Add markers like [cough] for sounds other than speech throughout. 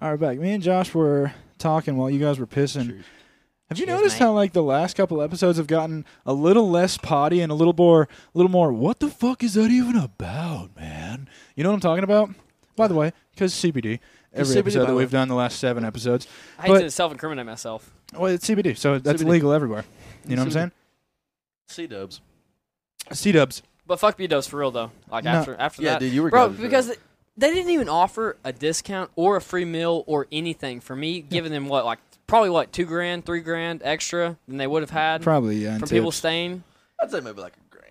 All right, back. Me and Josh were talking while you guys were pissing. Cheers. Have you Cheers, noticed mate. how like the last couple episodes have gotten a little less potty and a little more, a little more? What the fuck is that even about, man? You know what I'm talking about? By the way, because CBD. Every 'Cause CBD, by episode the that way. we've done the last seven episodes, I But- hate to self-incriminate myself. well, it's CBD, so that's CBD. legal everywhere. You know what I'm saying? C Dubs. C Dubs. But fuck B Dubs for real though. Like No. after after Yeah, that, dude, you were bro, gutted for because that. th- they didn't even offer a discount or a free meal or anything for me, giving them what like probably what two grand, three grand extra than they would have had Probably yeah. and from people tips. staying. I'd say maybe like a grand.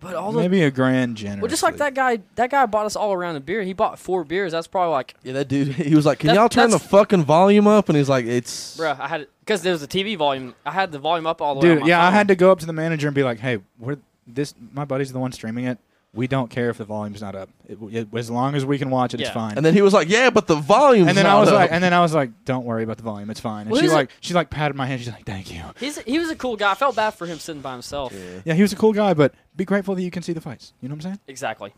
But all the Maybe a grand generous. well, just like that guy, that guy bought us all around a beer. He bought four beers. That's probably like, Yeah, that dude. [laughs] He was like, "Can That- y'all turn the that's- fucking volume up?" And he's like, "It's bruh, I had because there was a TV volume. I had the volume up all the way. Dude, on my yeah, I phone. had to go up to the manager and be like, "Hey, we're this. My buddy's the one streaming it. We don't care if the volume's not up. It, it, as long as we can watch it, it's Yeah. fine." And then he was like, "Yeah, but the volume." And then I was like, and then I was like, "Don't worry about the volume. It's fine." And Well, she is it- like, she like patted my hand. She's like, "Thank you." He's, he was a cool guy. I felt bad for him sitting by himself. Yeah, he was a cool guy, but be grateful that you can see the fights. You know what I'm saying? Exactly.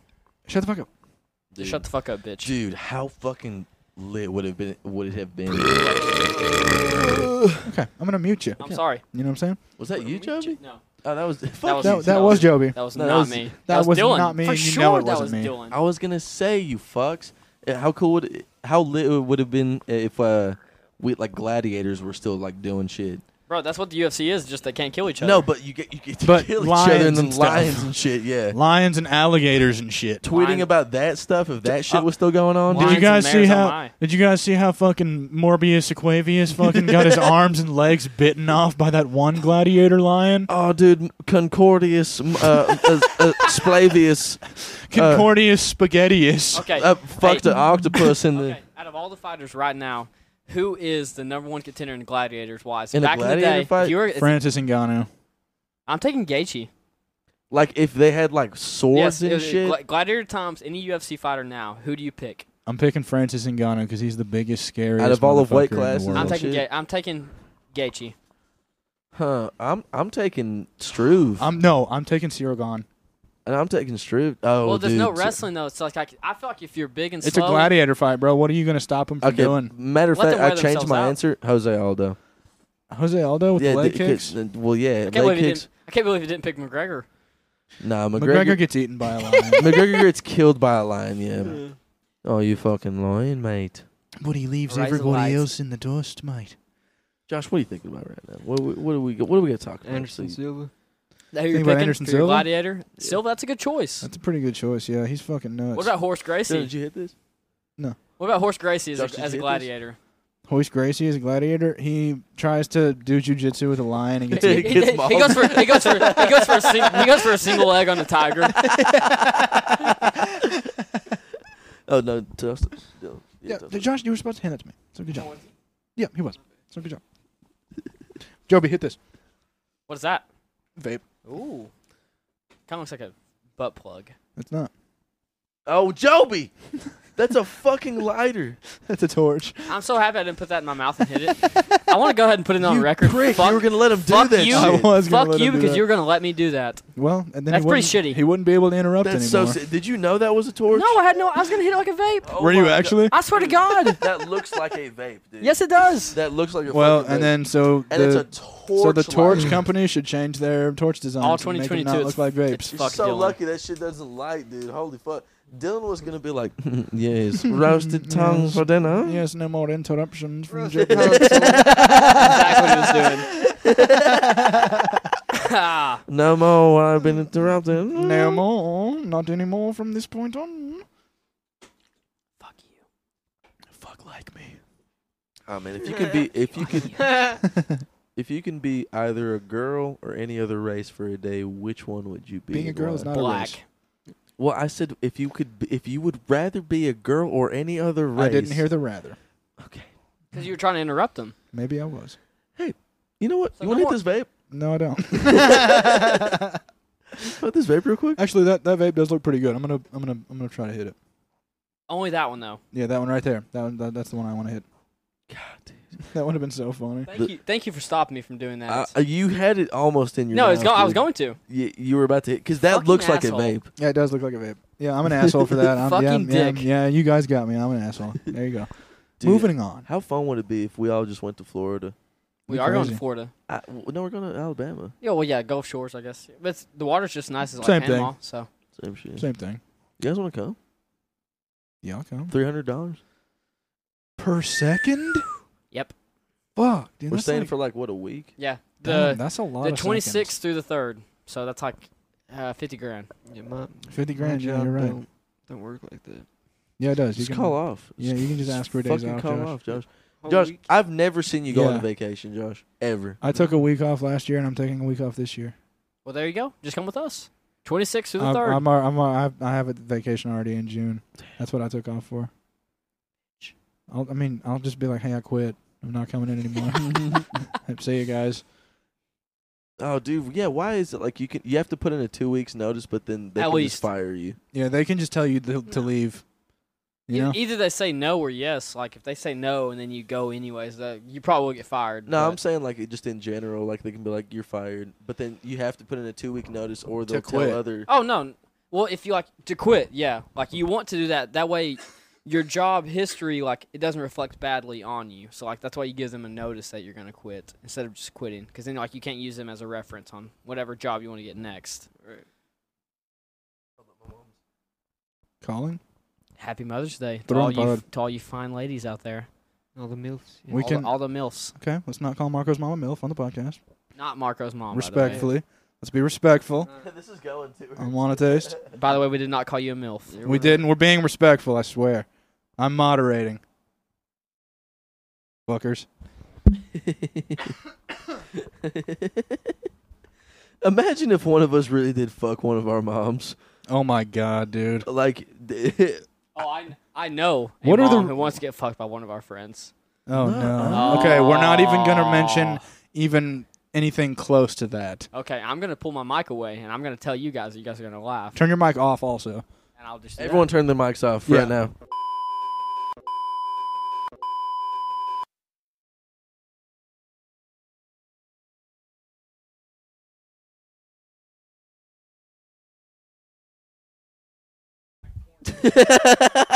Shut the fuck up. dude, Shut the fuck up, bitch. dude, how fucking lit would have been? Would it [laughs] have been? Okay, I'm gonna mute you. I'm sorry. You know what I'm saying? was that you, Joby? No, Oh, that was. [laughs] was- Fuck That, Jesus. that was Joby. that was No, that not was- me. that That, was Dylan. not me, For and you sure, know it that wasn't was me. Dylan. I was gonna say you fucks. Uh, How cool would it, how lit it would have been if uh we like gladiators were still like doing shit. Bro, that's what the UFC is. Just they can't kill each other. No, but you get you get to But kill each lions other and then and stuff. lions and shit. Yeah, Lions and alligators and shit. tweeting Lion- about that stuff if that shit Uh, was still going on. Did Lions you and guys see mares on how? my. Did you guys see how fucking Morbius Aquavius fucking got [laughs] his arms and legs bitten off by that one gladiator lion? Oh, dude, Concordius, m- uh, uh, uh, Splavius, Concordius Spaghettius. Okay. uh, fucked [laughs] hey, an octopus in the. [laughs] Okay. Out of all the fighters right now, who is the number one contender in gladiators wise? In a Back in the gladiator day, fight? if you were, if- Francis Ngannou. I'm taking Gaethje. Like if they had like swords Yes, and if- shit. gla- gladiator times any UFC fighter now. Who do you pick? I'm picking Francis Ngannou because he's the biggest, scariest. Out of all of weight motherfucker in the classes, world. I'm Real taking. Ga- Oh, shit. I'm taking Gaethje. huh? I'm I'm taking Struve. I'm no, I'm taking Cirogan. and I'm taking Struve. Oh, well, there's no dude. wrestling though. It's like I, c- I feel like if you're big and It's slow, a gladiator fight, bro. What are you gonna stop him from Okay. doing? Matter of Let them fact, I wear changed my themselves out. answer. Jose Aldo. Jose Aldo with the leg the- 'cause- kicks. uh, Well, yeah, I leg can't, believe you kicks. didn't, I can't believe you didn't pick McGregor. Nah, McGregor, McGregor. gets eaten by a lion, [laughs] [laughs] McGregor gets killed by a lion. Yeah. Oh, you fucking lion, mate. but he leaves Rise of everybody lights. else in the dust, mate. Josh, what are you thinking about right now? What what, what are we what are we gonna talk about? Silva. That who you're about picking Anderson for your Silva? gladiator? Silva, that's a good choice. That's a pretty good choice. Yeah, he's fucking nuts. What about Horse Dylan, Gracie? Did you hit this? What about Horse Gracie as, Josh, did a, you as hit this? a gladiator? Hoist Gracie is a gladiator. He tries to do jujitsu with a lion [laughs] and [laughs] gets He eaten. gets mauled. [laughs] he goes for he goes for he goes for a sing, he goes for a single leg on the tiger. [laughs] Oh no, Dustin. Yeah, Yeah, Dustin. Josh, you were supposed to hand that to me. So good job. Yeah, he was. So good job. Joby, hit this. What is that? Vape. Ooh, kind of looks like a butt plug. It's not. [laughs] Oh, Joby, that's a fucking lighter. That's a torch. I'm so happy I didn't put that in my mouth and [laughs] hit it. I want to go ahead and put it on record. Prick, fuck you were gonna let him do fuck that. you. shit. I was gonna fuck let you him do because that. you were gonna let me do that. Well, and then That's he pretty wouldn't- shitty. He wouldn't be able to interrupt That's so. anymore. si- Did you know that was a torch? No, I had no. I was gonna hit it like a vape. Oh Were you my God. actually? I swear [laughs] to God. That looks like a vape, dude. Yes, it does. That looks like a well, fucking vape. and then so and the, it's a torch. so the torch light. company should change their torch design. All to make 2022 it not it's- look like it's vapes. You're Fuck so Dylan. lucky that shit doesn't light, dude. Holy fuck. Dylan was gonna be like, [laughs] yes, [laughs] roasted tongue for dinner. Yes, no more interruptions from Roasted [laughs] Joby. exactly what he was doing. [laughs] Ah. No more. I've been interrupted. no more, not anymore from this point on. Fuck you. Fuck like me. I mean, Oh, if you can be, if you can, [laughs] if you can be either a girl or any other race for a day, which one would you be? Being a and girl is why? not a Black. race. Well, I said if you could, be, if you would rather be a girl or any other race. I didn't hear the rather. Okay. Because you were trying to interrupt him. Maybe I was. You know what? So you no want to hit this vape? No, I don't. Hit this vape real quick. Actually, that, that vape does look pretty good. I'm gonna I'm gonna I'm gonna try to hit it. Only that one though. Yeah, that one right there. That one that, that's the one I want to hit. [laughs] That would have been so funny. Thank The- you. Thank you for stopping me from doing that. Uh, you had it almost in your. no, it's mouth, go- I was dude. going to. You, you were about to hit because that Fucking looks asshole. like a vape. Yeah, it does look like a vape. Yeah, I'm an asshole for that. I'm, yeah, Fucking yeah, dick. yeah, you guys got me. I'm an asshole. There you go. Dude, Moving on. How fun would it be if we all just went to Florida? We Be are going to crazy. Florida. I, w- no, we're going to Alabama. Yeah, well, yeah, Gulf Shores, I guess. But it's, the water's just nice as like Same thing. Panama. So Same shit. Same thing. You guys want to come? Yeah, I'll come. Three hundred dollars. Per second? Yep. Fuck, dude. We're that's staying like- for like what a week. yeah, damn, the that's a lot the of twenty seconds. sixth through the third. So that's like uh, fifty grand. Yeah, my, 50 my grand, yeah, job you're right. Don't, don't work like that. Yeah, it does. You Just can, call off. Yeah, you can just ask for a day's fucking off, call Josh. off, Josh. Whole Josh, week. I've never seen you go on Yeah. a vacation, Josh. Ever. I took a week off last year, and I'm taking a week off this year. Well, there you go. Just come with us. Twenty sixth through the I'm, third. I'm, al- I'm, al- I've- I have a vacation already in June. That's what I took off for. I'll, I mean, I'll just be like, hey, I quit. I'm not coming in anymore. [laughs] [laughs] See you guys. Oh, dude. Yeah. Why is it like you can? You have to put in a two weeks notice, but then they At can least. just fire you. Yeah, they can just tell you to, to leave. E- You know? Either they say no or yes. Like if they say no and then you go anyways, uh, you probably will get fired. No, I'm but- saying like it just in general, like they can be like you're fired, but then you have to put in a two week notice, or To they'll quit. tell other. Oh no. Well, if you like to quit, yeah, like you want to do that. That way, your job history like it doesn't reflect badly on you. So like that's why you give them a notice that you're gonna quit instead of just quitting, because then like you can't use them as a reference on whatever job you want to get next. Right. Calling? Happy Mother's Day to Throw all in you bud. to all you fine ladies out there. All the milfs. Yeah. We all can- the, all the milfs, Okay, let's not call Marco's mama MILF on the podcast. not Marco's mom. by the way. Respectfully. Let's be respectful. [laughs] this is going to. I want a taste. By the, way. we did not call you a milf. Yeah, We didn't. We're being respectful, I swear. I'm moderating. Fuckers. [laughs] [laughs] Imagine if one of us really did fuck one of our moms. Oh my god, dude. Like, [laughs] Oh, I I know. a What are the- mom who wants to get fucked by one of our friends? Oh No. no. Okay, we're not even gonna Oh. mention even anything close to that. Okay, I'm gonna pull my mic away and I'm gonna tell you guys. You guys are gonna laugh, Turn your mic off also. and I'll just do that. everyone turn their mics off Yeah. right now. And [laughs]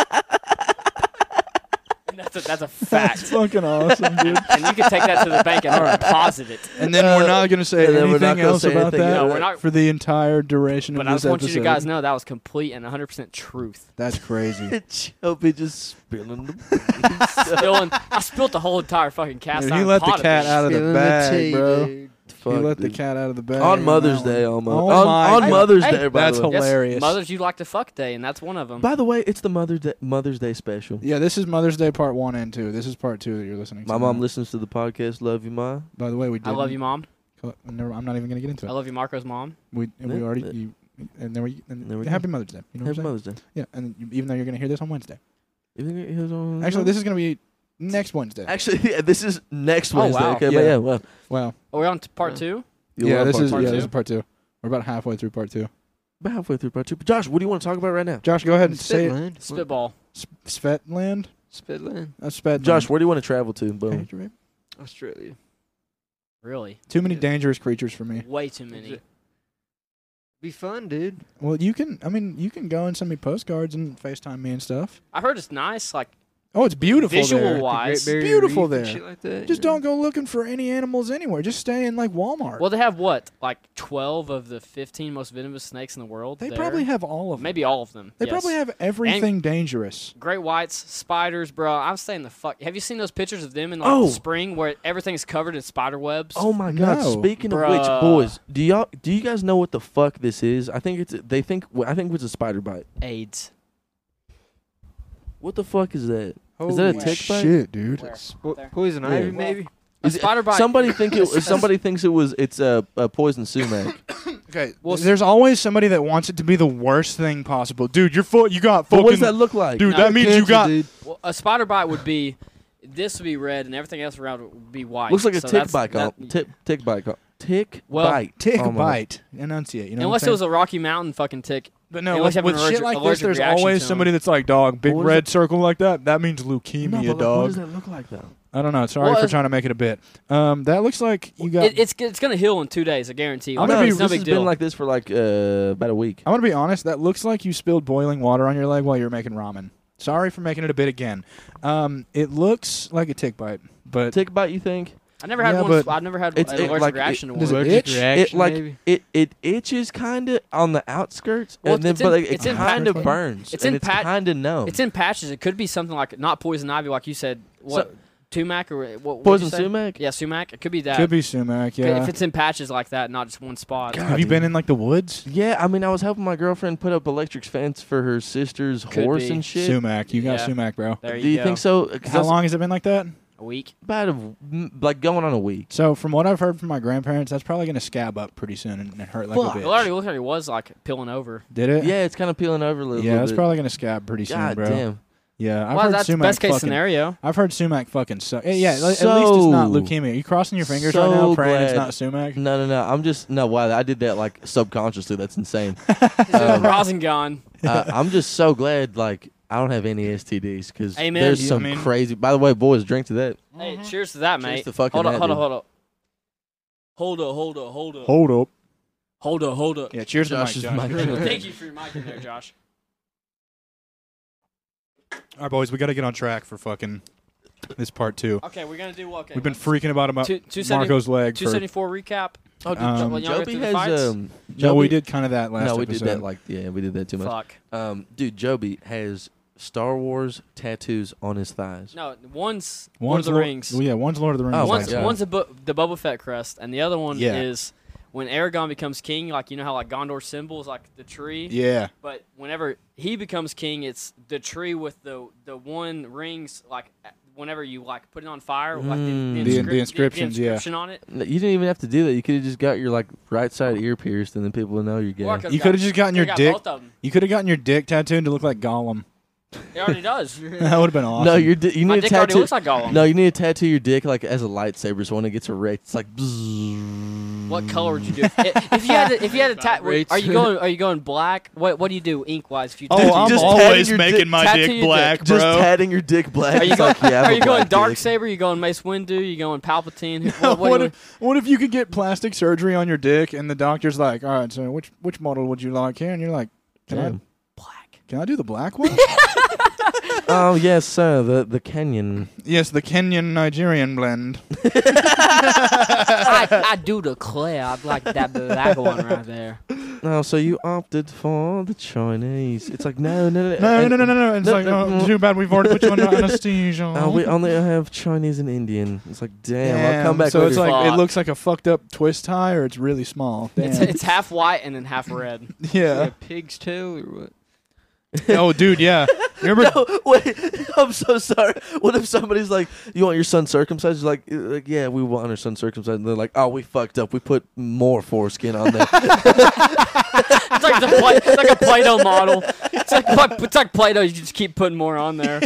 That's a, that's a fact. fucking awesome, [laughs] dude. and you can take that to the bank and deposit it. And then we're not gonna say And then we're not anything gonna else say about [laughs] anything that No, we're not. for the entire duration But of I this just want episode. you to guys know that was complete and 100% truth. [laughs] That's [laughs] [laughs] crazy. Chubby just [laughs] spilling the Spilling, I spilt the whole entire fucking cast Dude, iron he let the pot of cat beans. out of the Feeling bag, tea, bro. dude. He fuck, let the dude. cat out of the bag. on Mother's that one. Day almost. Oh on my on God. Mother's Hey, Day, by that's the way. hilarious. Yes, Mothers you like to fuck day, and that's one of them. By the way, it's the Mother Day, Mother's Day special. Yeah, this is Mother's Day part one and two. This is part two that you're listening to. My mom now. listens to the podcast. Love you, ma. By the way, we did. I love you, mom. Never, I'm not even gonna get into I it. love you, Marco's mom. We and we Yeah, already that- you, and then we and There we happy Mother's Day. You know Happy what I'm Mother's Day. saying? Yeah, and you, even though you're gonna hear this on Wednesday. You think it was on- Actually, this is gonna be next Wednesday. actually [laughs] yeah, this is next Oh, Wednesday. wow. Okay, Yeah. but yeah, well, wow. Are we Oh, on to part two? you'll yeah, love this part is two. yeah, two? this is part two. We're about halfway through part two. about halfway through part two. But Josh, what do you want to talk about right now? Josh, go ahead and say it. Spitland. Spitball. S- Svetland. Spitland. That's Svetland. Josh, where do you want to travel to? Okay, Boom. you're Uh, right. Australia. Really? Too many Yeah. dangerous creatures for me. Way too many. Be fun, dude. Well, you can. I mean, you can go and send me postcards and Facetime me and stuff. I heard it's nice, like Oh, it's beautiful visual there. The Great wise. Barrier beautiful Reef and there. Shit like that, Just you know? don't go looking for any animals anywhere. Just stay in like Walmart. Well, they have what, like twelve of the fifteen most venomous snakes in the world. they there? probably have all of them. maybe all of them. They yes. probably have everything dangerous. Great whites, spiders, bro. I'm staying the fuck. Have you seen those pictures of them in like Oh. the spring where everything's covered in spider webs? Oh my God! No. Speaking Bruh. of which, boys, do y'all do you guys know what the fuck this is? I think it's they think I think it's a spider bite. AIDS. What the fuck is that? Holy that a wow. tick bite? Shit, dude. Where? Po- There. poison Yeah. ivy, maybe. A Is it- spider bite. Somebody think it. That's- Somebody thinks it was. It's a, a poison sumac. Okay. Well, Well, there's always somebody that wants it to be the worst thing possible. Dude, your foot, you got but fucking. what does that look like? Dude, that means you Cancer, got. dude. [laughs] Well, a spider bite would be. This would be red, and everything else around it would be white. Looks like a So tick that's- bite. Call. that- Tick tick bite. Oh, Call. Tick Well, bite. Tick almost. bite. Enunciate. You know unless it was a Rocky Mountain fucking tick. But no, with, unless you have an with allergic- shit like this, allergic there's reaction always to 'em. somebody that's like, dog, big What is red it? circle like that. That means No, leukemia, but like, What dog. does that look like though? I don't know. Sorry Well, for it's- trying to make it a bit. Um, that looks like you got. It, it's it's gonna heal in two days, I guarantee. I'm Like, gonna be- it's no this big has deal. been like this for like uh, about a week. I'm gonna be honest. That looks like you spilled boiling water on your leg while you were making ramen. Sorry for making it a bit again. Um, it looks like a tick bite, but Tick bite, you think? I never had Yeah, one. but I've never had it's- an it- allergic like, it- reaction to does one. it Allergic itch? It reaction, like [laughs] maybe? it, it itches kind of on the outskirts, Well, and then it's but in- like, it it's in kind of patches. burns. It's and in it's pat- kind of numb. It's in patches. It could be something like not poison ivy, like you said. What tumac or what- what? what'd you poison say? sumac. Yeah, sumac. It could be that. could be sumac. Could- Yeah. If it's in patches like that, not just one spot. God. Have you been in like the woods? Yeah, I mean, I was helping my girlfriend put up electric fence for her sister's Could horse be. and shit. Sumac, you got Yeah. sumac, bro. There you Do you go. think so? 'Cause How that's long has it been like that? A week. About a w- m- like going on a week. So from what I've heard from my grandparents, that's probably gonna scab up pretty soon and, and hurt like Fuck. a It bitch. already looked like it was like peeling over. Did it? Yeah, it's kind of peeling over a little. Yeah, little it's bit. probably gonna scab pretty soon, God bro. damn. Yeah, I've well, heard that's sumac best case fucking- [laughs] scenario. I've heard sumac fucking suck. Yeah, yeah, at- at least it's not So- leukemia. You crossing your fingers right now, so praying it's glad- not sumac. No, no, no. I'm just no. Wow, I did that like subconsciously. That's insane. [laughs] Um, [laughs] Rosin gone. uh, [laughs] I'm just so glad like I don't have any STDs because Amen. there's Yeah, some I mean- crazy. By the way, boys, drink to that. Mm-hmm. Hey, cheers to that, Cheers mate. to fucking hold up, that, hold up, dude. hold up. Hold up, hold up, hold up. Hold up. Hold up, hold up. Yeah, cheers Josh's to Mike. mic. Josh. Thank you for your mic in there, Josh. All right, boys, we got to get on track for fucking this part two. Okay, we're gonna do okay. We've been let's- freaking about about Two- two seventy- Marco's leg. Two For, seventy four recap. Oh, did Um, y'all- y'all go Joby through the has fights? um. no, we Joby- did kind of that last. No, we episode. did that like yeah, we did that too much. Fuck. Um, dude, Joby has Star Wars tattoos on his thighs. No, one's, Lord of one's the Lord- Rings. Well, yeah, one's Lord of the Rings. Oh, my one's God. one's a bu- the Boba Fett crest, and the other one Yeah. is when Aragon becomes king. Like you know how like Gondor's symbol is like the tree, yeah, but whenever he becomes king, it's the tree with the the one rings. Like a- whenever you like put it on fire, like Mm. the, The- inscri- the inscriptions, yeah. inscription on it. No, You didn't even have to do that. You could have just got your like right side ear pierced, and then people would know you're gay. Or I could've You got- could've just gotten could've your got dick- Both of them. you could have gotten your dick tattooed to look like Gollum. It [laughs] already [laughs] does. that would have been awesome. No, you're di- you need My a dick already tattoo. looks like Gollum. no, you need to tattoo your dick like as a lightsaber. So when it gets erect, it's like. bzzz. What color would you do? if if you had to, if you had a tat, Vibrates. are you going are you going black? What what do you do ink wise? If you Oh, tattoo I'm your just dick? always tatting your making dick- my tattoo dick your dick. black, Just bro. tatting your dick black. Are you It's going, like, yeah, I have are a you going black dark dick. saber? Are you going Mace Windu? Are you [laughs] going Palpatine? Who- what, [laughs] What, what do you- if, what if you could get plastic surgery on your dick and the doctor's like, all right, so which which model would you like here? And you're like, can I Damn. black. can I do the black [laughs] one? Oh yes, sir. The the Kenyan. yes, the Kenyan Nigerian blend. I, I do declare, I'd like that black one right there. Oh, so you opted for the Chinese. It's like no, no, no, No, and- no, no, no, no. It's No, like, no, oh, no. too bad we've already put you [laughs] under anesthesia. Oh, we only have Chinese and Indian. It's like damn. I'll come back. So later. it's like Fuck. it looks like a fucked up twist tie, or it's really [laughs] small. Damn. It's, it's half white and then half red. yeah. A pig's tail or what? oh, dude. [laughs] Yeah. Remember? No, [laughs] wait. [laughs] I'm so sorry. What if somebody's like, "You want your son circumcised?" You're like, uh, like, "Yeah, we want our son circumcised." And they're like, "Oh, we fucked up. We put more foreskin on there." It's like the play, it's like a Play-Doh model. It's like fuck- it's like Play-Doh. You just keep putting more on there.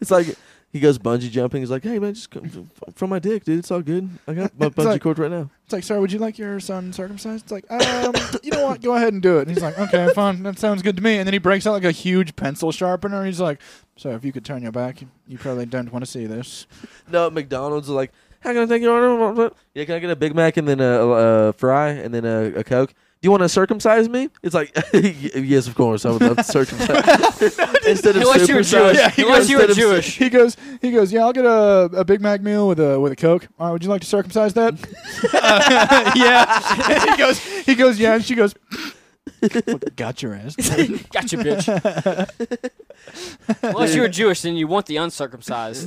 it's like he goes bungee jumping. He's like, "Hey man, just come f- from my dick, dude. It's all good. I got my It's bungee like- cord right now." It's like, sorry, would you like your son circumcised? It's like, um, you know what? Go ahead and do it. And he's like, okay, fine. That sounds good to me. And then he breaks out like a huge pencil sharpener. And he's like, so if you could turn your back, you, you probably don't want to see this. No, at McDonald's are like, "How can I take your order?" Yeah, can I get a Big Mac and then a, a fry and then a, a Coke? Do you want to circumcise me? It's like, [laughs] "Y- yes, of course. I would love to circumcise. Instead of Unless you were supersize- Jewish. Yeah, he Unless goes, you were instead of- Jewish. He goes, he goes, yeah, I'll get a, a Big Mac meal with a with a Coke. All right, would you like to circumcise that? [laughs] Uh, yeah. he goes, he goes, yeah. And she goes, got your ass. gotcha, [laughs] bitch. Unless you were Jewish, then you want the uncircumcised.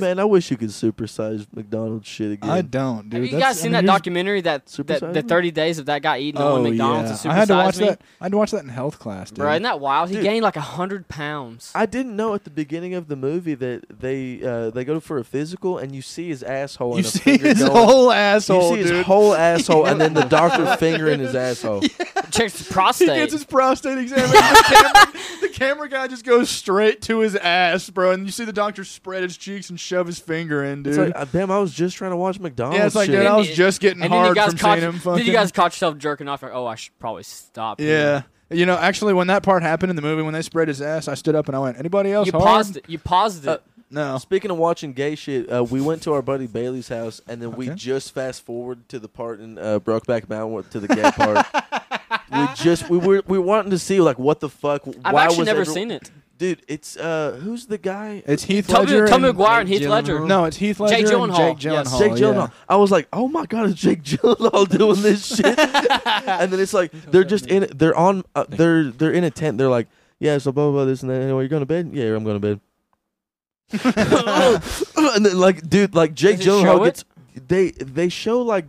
[laughs] Man, I wish you could supersize McDonald's shit [laughs] again. I don't, dude. Have you That's- guys seen I mean, that you're- documentary that, that Supersize the me? 30 days of that guy eating Oh on McDonald's yeah, and I had to watch supersize me? that. I had to watch that in health class, dude. Bro, isn't that wild? He Dude. gained like a hundred pounds. [laughs] I didn't know at the beginning of the movie that they uh, they go for a physical and you see his asshole. you and a see finger his going- whole asshole, You see his dude. [laughs] whole asshole, and then the [laughs] doctor fingering his asshole. Checked [laughs] his he prostate. gets his prostate examined. [laughs] the, camera, the camera guy just goes straight to his ass, bro. And you see the doctor spread his cheeks and shove his finger in, dude. It's like, uh, damn, I was just trying to watch McDonald's. yeah, it's like, shit. dude, I oh, And was it- just getting and then you hard guys from caught seeing him. then Fucking, you guys caught yourself jerking off. Like, oh, I should probably stop. here." yeah. You know, actually, when that part happened in the movie, when they spread his ass, I stood up and I went, "Anybody else You hard?" paused it. You paused it. Uh, No. Speaking of watching gay shit, uh, we went to our buddy Bailey's house, and then we Okay. just fast forward to the part in uh, Brokeback Mountain where- to the gay [laughs] part. we just we were we were wanting to see like what the fuck. I've why actually was never every- seen it. dude, it's uh, who's the guy? It's Heath Toby, Ledger. Tommy and- McGuire and Heath Jake Ledger. Gyllenhaal. no, it's Heath Ledger Jake and Jake Gyllenhaal, yes. Gyllenhaal. Jake Gyllenhaal. yeah. I was like, oh my god, is Jake Gyllenhaal [laughs] doing this [laughs] shit? and then it's like they're just in. They're on. Uh, they're they're in a tent. They're like, yeah, so blah blah, blah this and that. Anyway, you're going to bed? Yeah, I'm going to [laughs] bed. [laughs] and then like, dude, like Jake Does it show Gyllenhaal it? gets. They they show like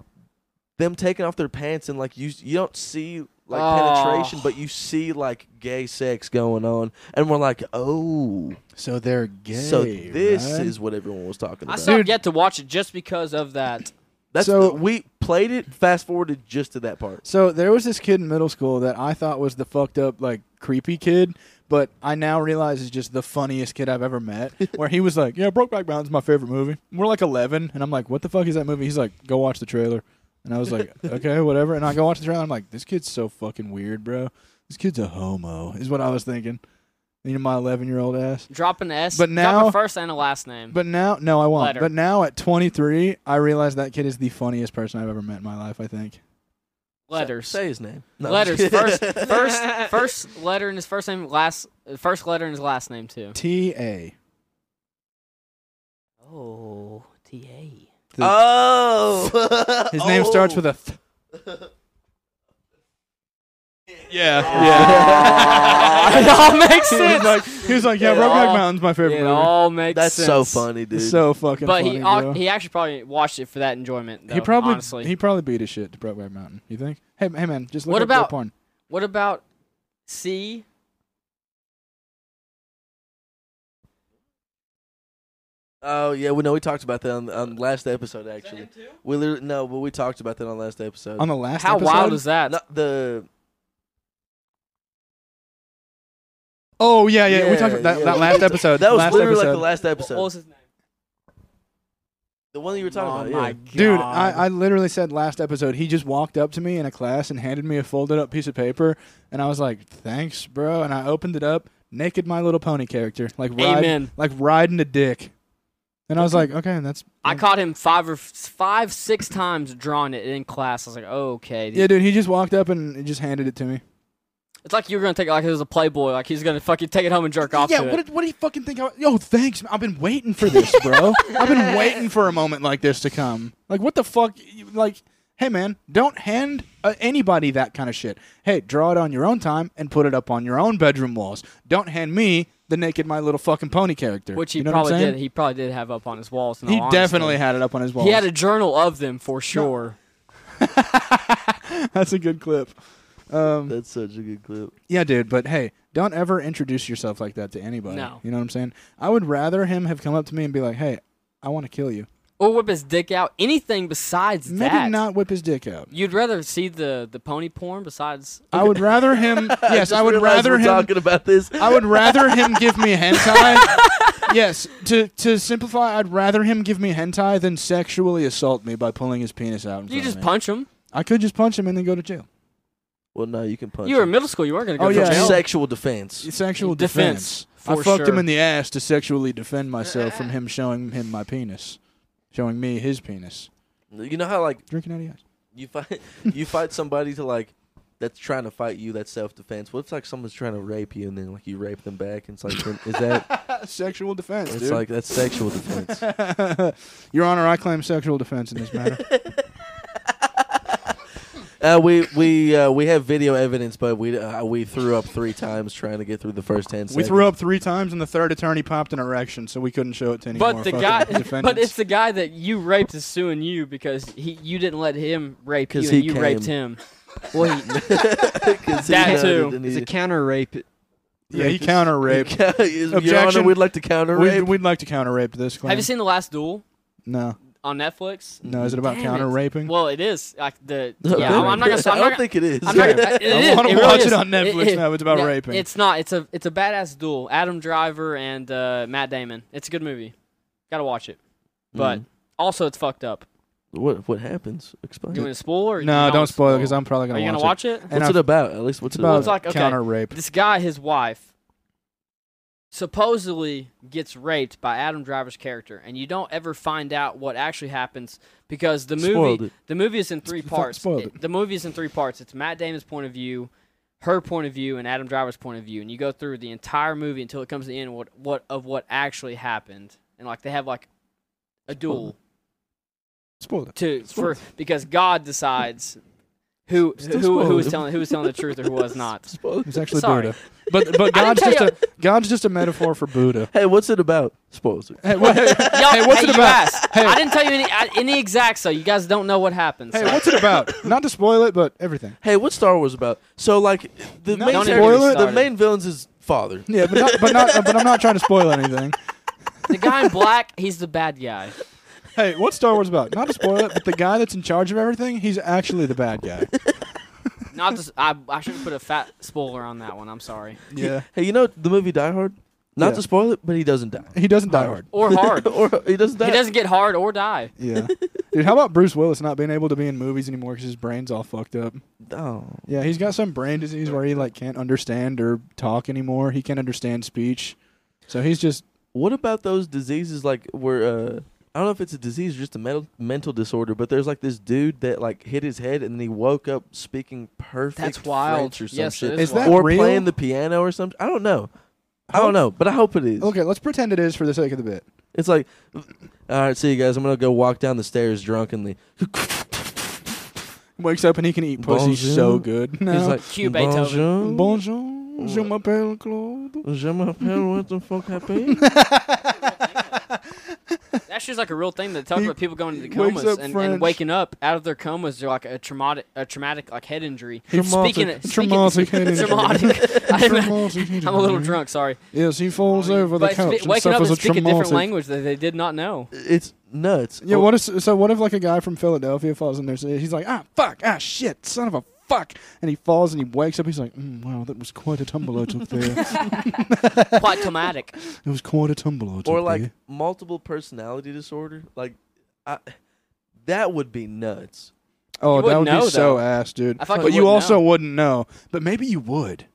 them taking off their pants and like you you don't see like Oh. penetration, but you see like gay sex going on, and we're like, oh, [laughs] So they're gay. so this right? is what everyone was talking I about. still have Dude. yet to watch it just because of that. That's So- the- we played it. Fast forwarded just to that part. So there was this kid in middle school that I thought was the fucked up, like creepy kid, but I now realize is just the funniest kid I've ever met. where he was like, "Yeah, Brokeback Mountain's my favorite movie." We're like 11, and I'm like, "What the fuck is that movie?" He's like, "Go watch the trailer," and I was like, "Okay, whatever." And I go watch the trailer. I'm like, "This kid's so fucking weird, bro. This kid's a homo," is what I was thinking. You know, my 11 year old ass. Drop an S. But drop now- a first and a last name. But now, no, I won't. Letter. But now at 23, I realize that kid is the funniest person I've ever met in my life. I think. letters. Say, say his name. No, I'm letters. just First, kidding. [laughs] first, [laughs] first letter in his first name. Last, uh, first letter in his last name too. T A. Oh, T A. the- oh. [laughs] His name starts with a. Th- yeah, [laughs] it all [laughs] makes sense. He was like, he was like, yeah, It Brokeback all- Mountain's my favorite it movie. all makes That's sense. so funny, dude. It's so fucking But funny, he bro. au- he actually probably watched it for that enjoyment. Though, He probably honestly. he probably beat his shit to Brokeback Mountain. You think? Hey, hey man, just look What up about about- porn. What about C? oh yeah, we know we talked about that on, on last episode actually. We literally no, but we talked about that on last episode. On the last How episode? wild is that? Not the Oh yeah, yeah. we talked Yeah, about that, yeah. that last episode. that was last literally episode. like the last What episode, was his name? the one that you were talking oh about. my yeah. god, Dude, I, I literally said last episode, he just walked up to me in a class and handed me a folded up piece of paper. And I was like, thanks, bro. And I opened it up, naked My Little Pony character, like, ride, Amen. like riding a dick. And I was like, okay, that's. I caught him five or f- five, six times drawing it in class. I was like, okay. Yeah, dude, he just walked up and he just handed it to me. It's like you were gonna take it like it was a Playboy, like he's gonna fucking take it home and jerk off yeah, to what, it. Did, what do you fucking think? I, yo, thanks. I've been waiting for this, [laughs] bro. I've been waiting for a moment like this to come. Like, what the fuck? You- Like, hey, man, don't hand uh, anybody that kind of shit. Hey, draw it on your own time and put it up on your own bedroom walls. Don't hand me the naked My Little Fucking Pony character. Which he You know what I'm probably did. saying? He probably did have up on his walls. in He all honesty. definitely had it up on his walls. He had a journal of them for sure. [laughs] That's a good clip. Um, That's such a good clip. Yeah, dude, but hey, don't ever introduce yourself like that to anybody. No. You know what I'm saying? I would rather him have come up to me and be like, "Hey, I want to kill you." Or whip his dick out. Anything besides Maybe that. not whip his dick out. You'd rather see the the pony porn besides. I would rather him. yes, just I would realized rather we're him. talking about this. I would rather him give me hentai. yes, to to simplify, I'd rather him give me hentai than sexually assault me by pulling his penis out. In [laughs] You front just of me. punch him. I could just punch him and then go to jail. Well, no, you can punch. You were in him. middle school. You weren't gonna go Oh, to yeah. jail. sexual defense. Sexual defense. Defense, I for fucked him sure. in the ass to sexually defend myself from him showing him my penis, showing me his penis, You know how like drinking out of the ass. You fight [laughs] you fight somebody to like that's trying to fight you. That's self defense. What if like someone's trying to rape you and then like you rape them back? And it's like then- is that sexual defense, it's [laughs] dude. like that's sexual defense. [laughs] Your Honor, I claim sexual defense in this matter. Uh, we we uh, we have video evidence, but we uh, we threw up three times trying to get through the first ten. we threw up three times, and the third attorney popped an erection, so we couldn't show it to any more But the fucking guy, defendants. [laughs] but it's the guy that you raped is suing you because he you didn't let him rape you 'Cause and he you raped came. him. [laughs] Well, he, seconds. that He too. nodded and It's he- a counter rape. It. yeah, he counter [laughs] raped. Your Honor, Objection. we'd like to counter We'd, rape. we'd like to counter rape this claim. have you seen the Last Duel No, on Netflix? no. Is it about Damn it. counter raping? Well, it is like [laughs] the. Okay. Yeah, I'm, I'm not gonna. I'm [laughs] I don't not, think it is. [laughs] I'm not gonna, Yeah. it I is, wanna it really watch it is. on Netflix now, it's about no, raping. It's not. It's a it's a badass duel. Adam Driver and uh, Matt Damon. It's a good movie. Gotta watch it. But Mm. also, it's fucked up. what what happens? Explain. Do you want to spoil or do you no, not don't wanna spoil because I'm probably Are gonna you gonna watch watch it? it. And what's I- it about? At least what's It's it about about? It's like, okay. counter rape. This guy, his wife, supposedly gets raped by Adam Driver's character, and you don't ever find out what actually happens because the movie Spoiled it. the movie is in three Spo- parts. spoiled It- the movie is in three parts. It's Matt Damon's point of view, her point of view and Adam Driver's point of view, and you go through the entire movie until it comes to the end. What what of what actually happened, and like they have like a duel Spoiled it. to Spoil for because God decides who Still who who spoiled. was telling who was telling the truth or who [laughs] [laughs] was not. Spoiler. It's actually Sorry. [laughs] Buddha. But but I God's didn't just tell a God's just a metaphor for Buddha. Hey, what's it about? Spoilers. Hey, what, hey, Y'all, hey, what's it you about? asked. Hey. I didn't tell you any I- any exact, so you guys don't know what happened. Hey, so. what's it about? Not to spoil it, but everything. Hey, what's Star Wars about? So like the No, main don't character- spoil it. the main villain's his father. Yeah, but not, but not but I'm not trying to spoil anything. the [laughs] guy in black, he's the bad guy. Hey, what's Star Wars about? Not to spoil it, but the guy that's in charge of everything, he's actually the bad [laughs] guy. Not just I I should have put a fat spoiler on that one. I'm sorry. Yeah. Hey, you know the movie Die Hard? Not Yeah. to spoil it, but he doesn't die. He doesn't die hard. [laughs] Or hard. [laughs] or he doesn't die. he doesn't get hard or die. Yeah. Dude, how about Bruce Willis not being able to be in movies anymore because his brain's all fucked up? Oh. Yeah, he's got some brain disease where he like can't understand or talk anymore. He can't understand speech, so he's just What about those diseases like where uh I don't know if it's a disease or just a mental mental disorder, but there's like this dude that like hit his head and he woke up speaking perfect That's wild. French or some Yes, shit. it is Is that- wild. or real? playing the piano or something. I don't know. I don't know, but I hope it is. okay. Let's pretend it is for the sake of the bit. It's like, all right, see you guys. I'm gonna go walk down the stairs drunkenly. Wakes up and he can eat pussy Bonjour. so good. He's No. like, "Oh." Cue Beethoven. Bonjour. Bonjour, je m'appelle Claude. Je m'appelle. What the fuck [laughs] happened? That's just like a real thing that talk He about people going into wakes comas up and, French. and waking up out of their comas. They're like a traumatic, a traumatic like head injury. He- Speaking of, speaking [laughs] Traumatic head injury. traumatic. I didn't- Traumatic [laughs] [laughs] I'm a little injury. drunk. Sorry. Yes, he falls over the But spe- couch and waking up suffers and a speak a different traumatic. language that they did not know. It's nuts. Yeah, Oh, what is so? What if like a guy from Philadelphia falls in there? so He's like, ah, fuck, ah, shit, son of a fuck, and he falls and he wakes up. He's like, mm, wow, that was quite a tumble I took there. [laughs] Quite [laughs] traumatic. It was quite a tumble. I took Or like there. multiple personality disorder. Like, I, that would be nuts. oh, that wouldn't would know, be so though. ass, dude. I feel like but you you would also know. wouldn't know. But maybe you would.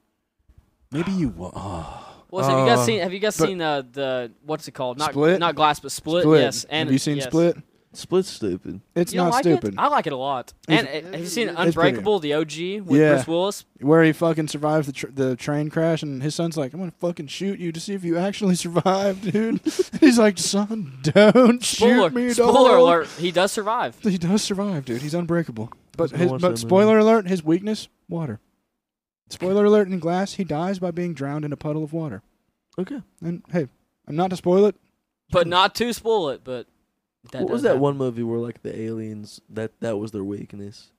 Maybe you would. Oh. Well, so have you Uh, guys seen? Have you guys but- seen uh, the what's it called? Not Split? not glass, but split. Yes. And have you seen yes. Split? Split stupid. It's You don't not like it? stupid. I like it a lot. It's- And uh, have you seen It's pretty- Unbreakable, the OG with Yeah. Bruce Willis? Where he fucking survives the tr- the train crash, and his son's like, "I'm gonna fucking shoot you to see if you actually [laughs] survive, dude." [laughs] He's like, "Son, don't Spoiler, shoot me, spoiler dog." alert: He does survive. He does survive, dude. He's unbreakable. But gonna his, watch but that spoiler alert, his weakness, water. Spoiler alert in glass, he dies by being drowned in a puddle of water. Okay. And hey, I'm not to spoil it. But not to spoil it. But that what does was that happen. one movie where like the aliens that that was their weakness?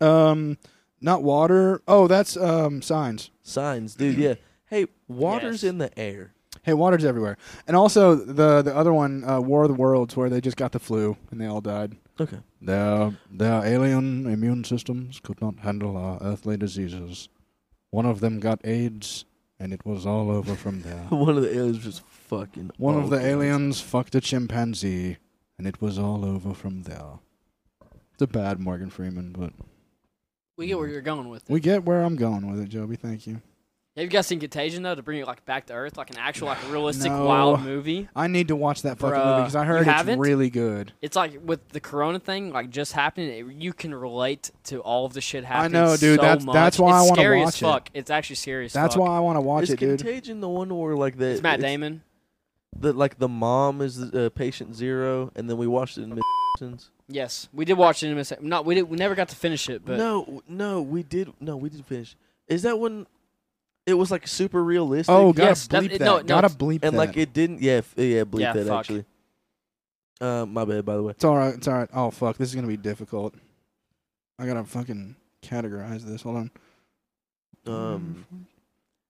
Um not water. Oh, that's um signs. Signs, dude. Yeah. Hey, water's Yes. in the air. Hey, water's everywhere. And also the the other one, uh, War of the Worlds, where they just got the flu and they all died. Okay. Their their alien immune systems could not handle our earthly diseases. One of them got AIDS and it was all over from [laughs] there. [laughs] Oh, One of the aliens was fucking. One of all the kinds. aliens fucked a chimpanzee, and it was all over from there. It's a bad Morgan Freeman, but We get where you're going with it. we get where I'm going with it, Joby. Thank you. Have you guys seen Contagion though? To bring it like back to earth, like an actual, like realistic, No. wild movie. I need to watch that fucking Bruh, movie because I you heard it's haven't? really good. It's like with the Corona thing, like just happening. It, you can relate to all of the shit happening. know, dude, So that's- much. that's why I it's wanna scary watch as it. fuck. It's actually serious. That's why I want to watch Is it, dude. Contagion the one where like the It's Matt Damon. the like the mom is uh, patient zero, and then we watched it in Midsons. Yes, we did watch it. In a sec- not we did. We never got to finish it, but no, w- no, we did. No, we did finish. Is that when it was like super realistic? Oh, gotta Yes, that- bleep that. it- no, no, gotta it's- bleep that. and like it didn't. Yeah, f- yeah, bleep Yeah, that fuck. actually. Uh, my bad. By the way, it's all right. It's all right. Oh fuck, this is gonna be difficult. I gotta fucking categorize this. Hold on. Mm. [laughs] um,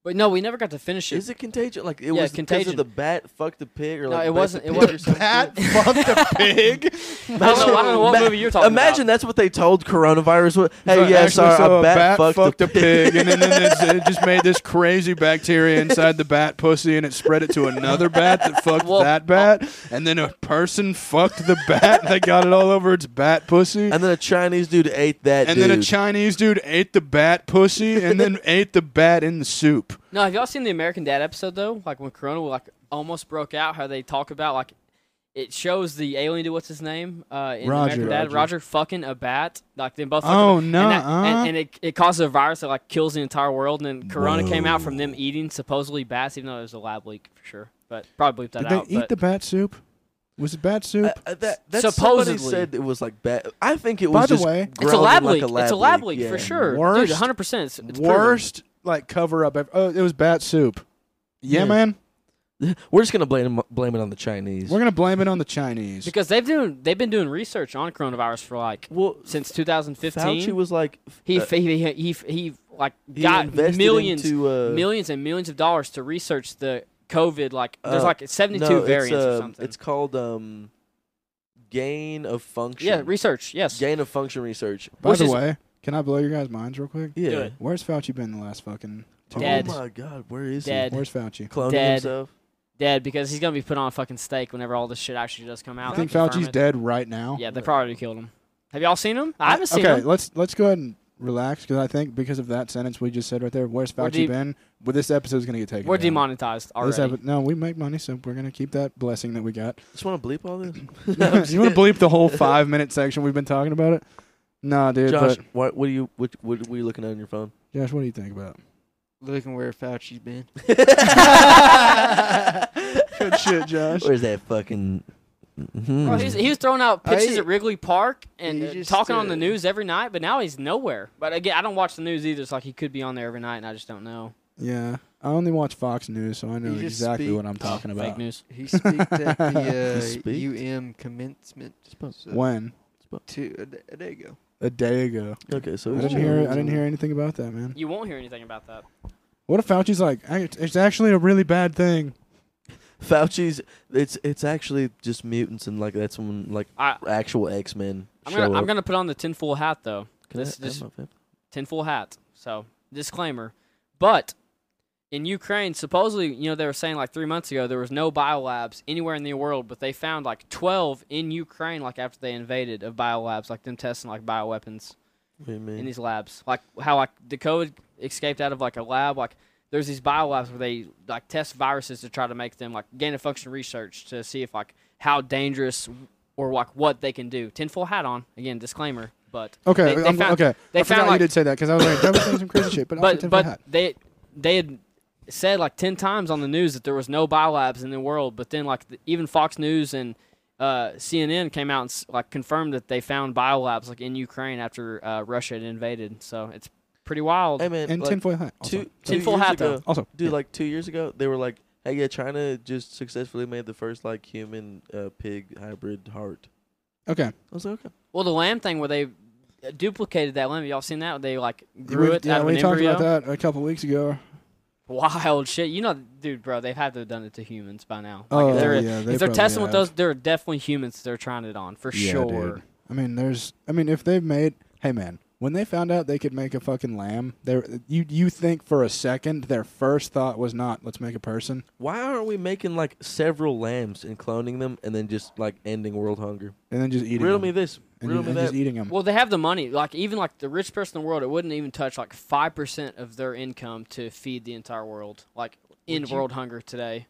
but no, we never got to finish it. is it contagion? Like it Yeah, was because Contagion. of the bat fucked the pig, or No, like bat [laughs] the it wasn't- it pig or wasn't. some shit? fucked a pig. [laughs] I don't know, I don't know what movie you're talking Imagine about. that's what they told coronavirus. was- So Hey, yeah, actually, sorry, so a bat, fucked, a pig, [laughs] and then, then it's- it just made this crazy bacteria inside the bat pussy, and it spread it to another bat that fucked Well, that bat, and then a person fucked the bat, and they got it all over its bat pussy, and, and then a Chinese dude ate that. then a dude. Chinese dude ate the bat pussy, and [laughs] then ate the bat in the soup. No, have y'all seen the American Dad episode though? Like when Corona like almost broke out, how they talk about like it shows the alien to what's his name uh, in Roger. American Dad, Roger. Roger. fucking a bat. Like them both. Oh, fucking- And, that- nuh-uh. and, and it, it causes a virus that like kills the entire world. And then Corona came out from them Whoa. eating supposedly bats, even though it was a lab leak for sure. But probably bleeped that Did out. they eat but the bat soup? Was it bat soup? Uh, uh, that, that somebody Supposedly. said it was like bad. I think it was. By the just way- it's a lab ground in, leak. like, it's a lab leak yeah. for sure. Worst- Dude, 100. percent It's, it's proven. Worst like cover up. Ever. Oh, it was bat soup. Yeah, Yeah. man. [laughs] We're just gonna blame blame it on the Chinese. We're gonna blame it on the Chinese. because they've doing they've been doing research on coronavirus for like well, since Fauci 2015. was like He, uh, fa- he, he he he like he got invested millions into, uh, millions and millions of dollars to research the COVID. Like there's Uh, like 72 no, it's, variants or um, something. It's called um, gain of function. yeah, research. Yes. gain of function research. By which the is- way, can I blow your guys' minds real quick? Yeah. it. Where's Fauci been the last fucking? two Dead. weeks? Oh my God, where is Dead. Where's Fauci? he? Cloning Dead. himself. Dead because he's gonna be put on a fucking stake whenever all this shit actually does come out. I think Confirm Fauci's it. dead right now. Yeah, they probably already killed him. Have y'all seen him? I haven't seen Okay, him. let's let's go ahead and relax because I think because of that sentence we just said right there, where's We're Fauci de- been? Well, this episode's gonna get taken. We're down. demonetized This already. epi- no, we make money, so we're gonna keep that blessing that we [laughs] got. [laughs] Just want to bleep all [laughs] this. you want to bleep the whole five minute section we've been talking about it? Nah, dude. Josh, but what, what are you what, what were you looking at on your phone? Josh, what do you think about? Looking where Fauci's been. [laughs] Good shit, Josh. Where's that fucking? Mhm. Bro, he, was, Oh, he was throwing out I- pitches at Wrigley Park and He uh, just, talking on the uh, news every night, but now he's nowhere. But again, I don't watch the news either. It's like he could be on there every night, and I just don't know. Yeah, I only watch Fox News, so I know You just exactly speak- what I'm talking Fake about. news. He speaked [laughs] at He the uh, speaked? UM commencement so When two a, d- a day ago. a day ago, okay, so I he's didn't hear. I didn't hear anything about that, man. You won't hear anything about that. What if Fauci's like, "I- it's actually a really bad thing? Fauci's. It's it's actually just mutants and like that's when like I, actual X Men I'm show gonna up. I'm gonna put on the tinfoil hat though. Can I this- have this- my phone? tinfoil hat. So disclaimer. But in Ukraine, supposedly, you know, they were saying like three months ago there was no biolabs anywhere in the world, but they found like twelve in Ukraine, like after they invaded of biolabs, like them testing like bioweapons What do you Mm-hmm. mean? in these labs. Like how like the code escaped out of like a lab, like there's these biolabs where they like test viruses to try to make them like gain of function research to see if like how dangerous or like what they can do. Tinfoil hat on. Again, disclaimer. But Okay, They- they I'm- found- okay. they I forgot found, you like- did say that because I was like, that was saying some crazy [laughs] shit, but, also but tinfoil but hat. they they had said like ten times on the news that there was no biolabs in the world, but then like the, even Fox News and uh, CNN came out and s- like confirmed that they found biolabs like in Ukraine after uh, Russia had invaded. So it's pretty wild. Hey man, and like, tinfoil hat. Also, two, two Tinfoil years hat, ago, also dude. yeah. Like two years ago, they were like, "Hey, yeah, China just successfully made the first like human uh, pig hybrid heart." okay, I was like, "Okay, Well, the lamb thing where they duplicated that lamb. Y'all seen that? They like grew we, it yeah, out of we an talked embryo. about that a couple weeks ago. Wild shit. You know, dude, bro, they've had to have done it to humans by now. Like, Oh, if they're, yeah, they if they're probably testing with have. those, they're definitely humans. They're trying it on for Yeah, sure. dude. I mean, there's. I mean, if they've made. Hey, man. When they found out they could make a fucking lamb, they you you think for a second their first thought was not let's make a person. why aren't we making like several lambs and cloning them and then just like ending world hunger?" and then just eating Riddle them. me this. and, Riddle ju- me and that. just eating them. Well, they have the money. Like even like the rich person in the world, it wouldn't even touch like five percent of their income to feed the entire world. Like in Would you- world hunger today.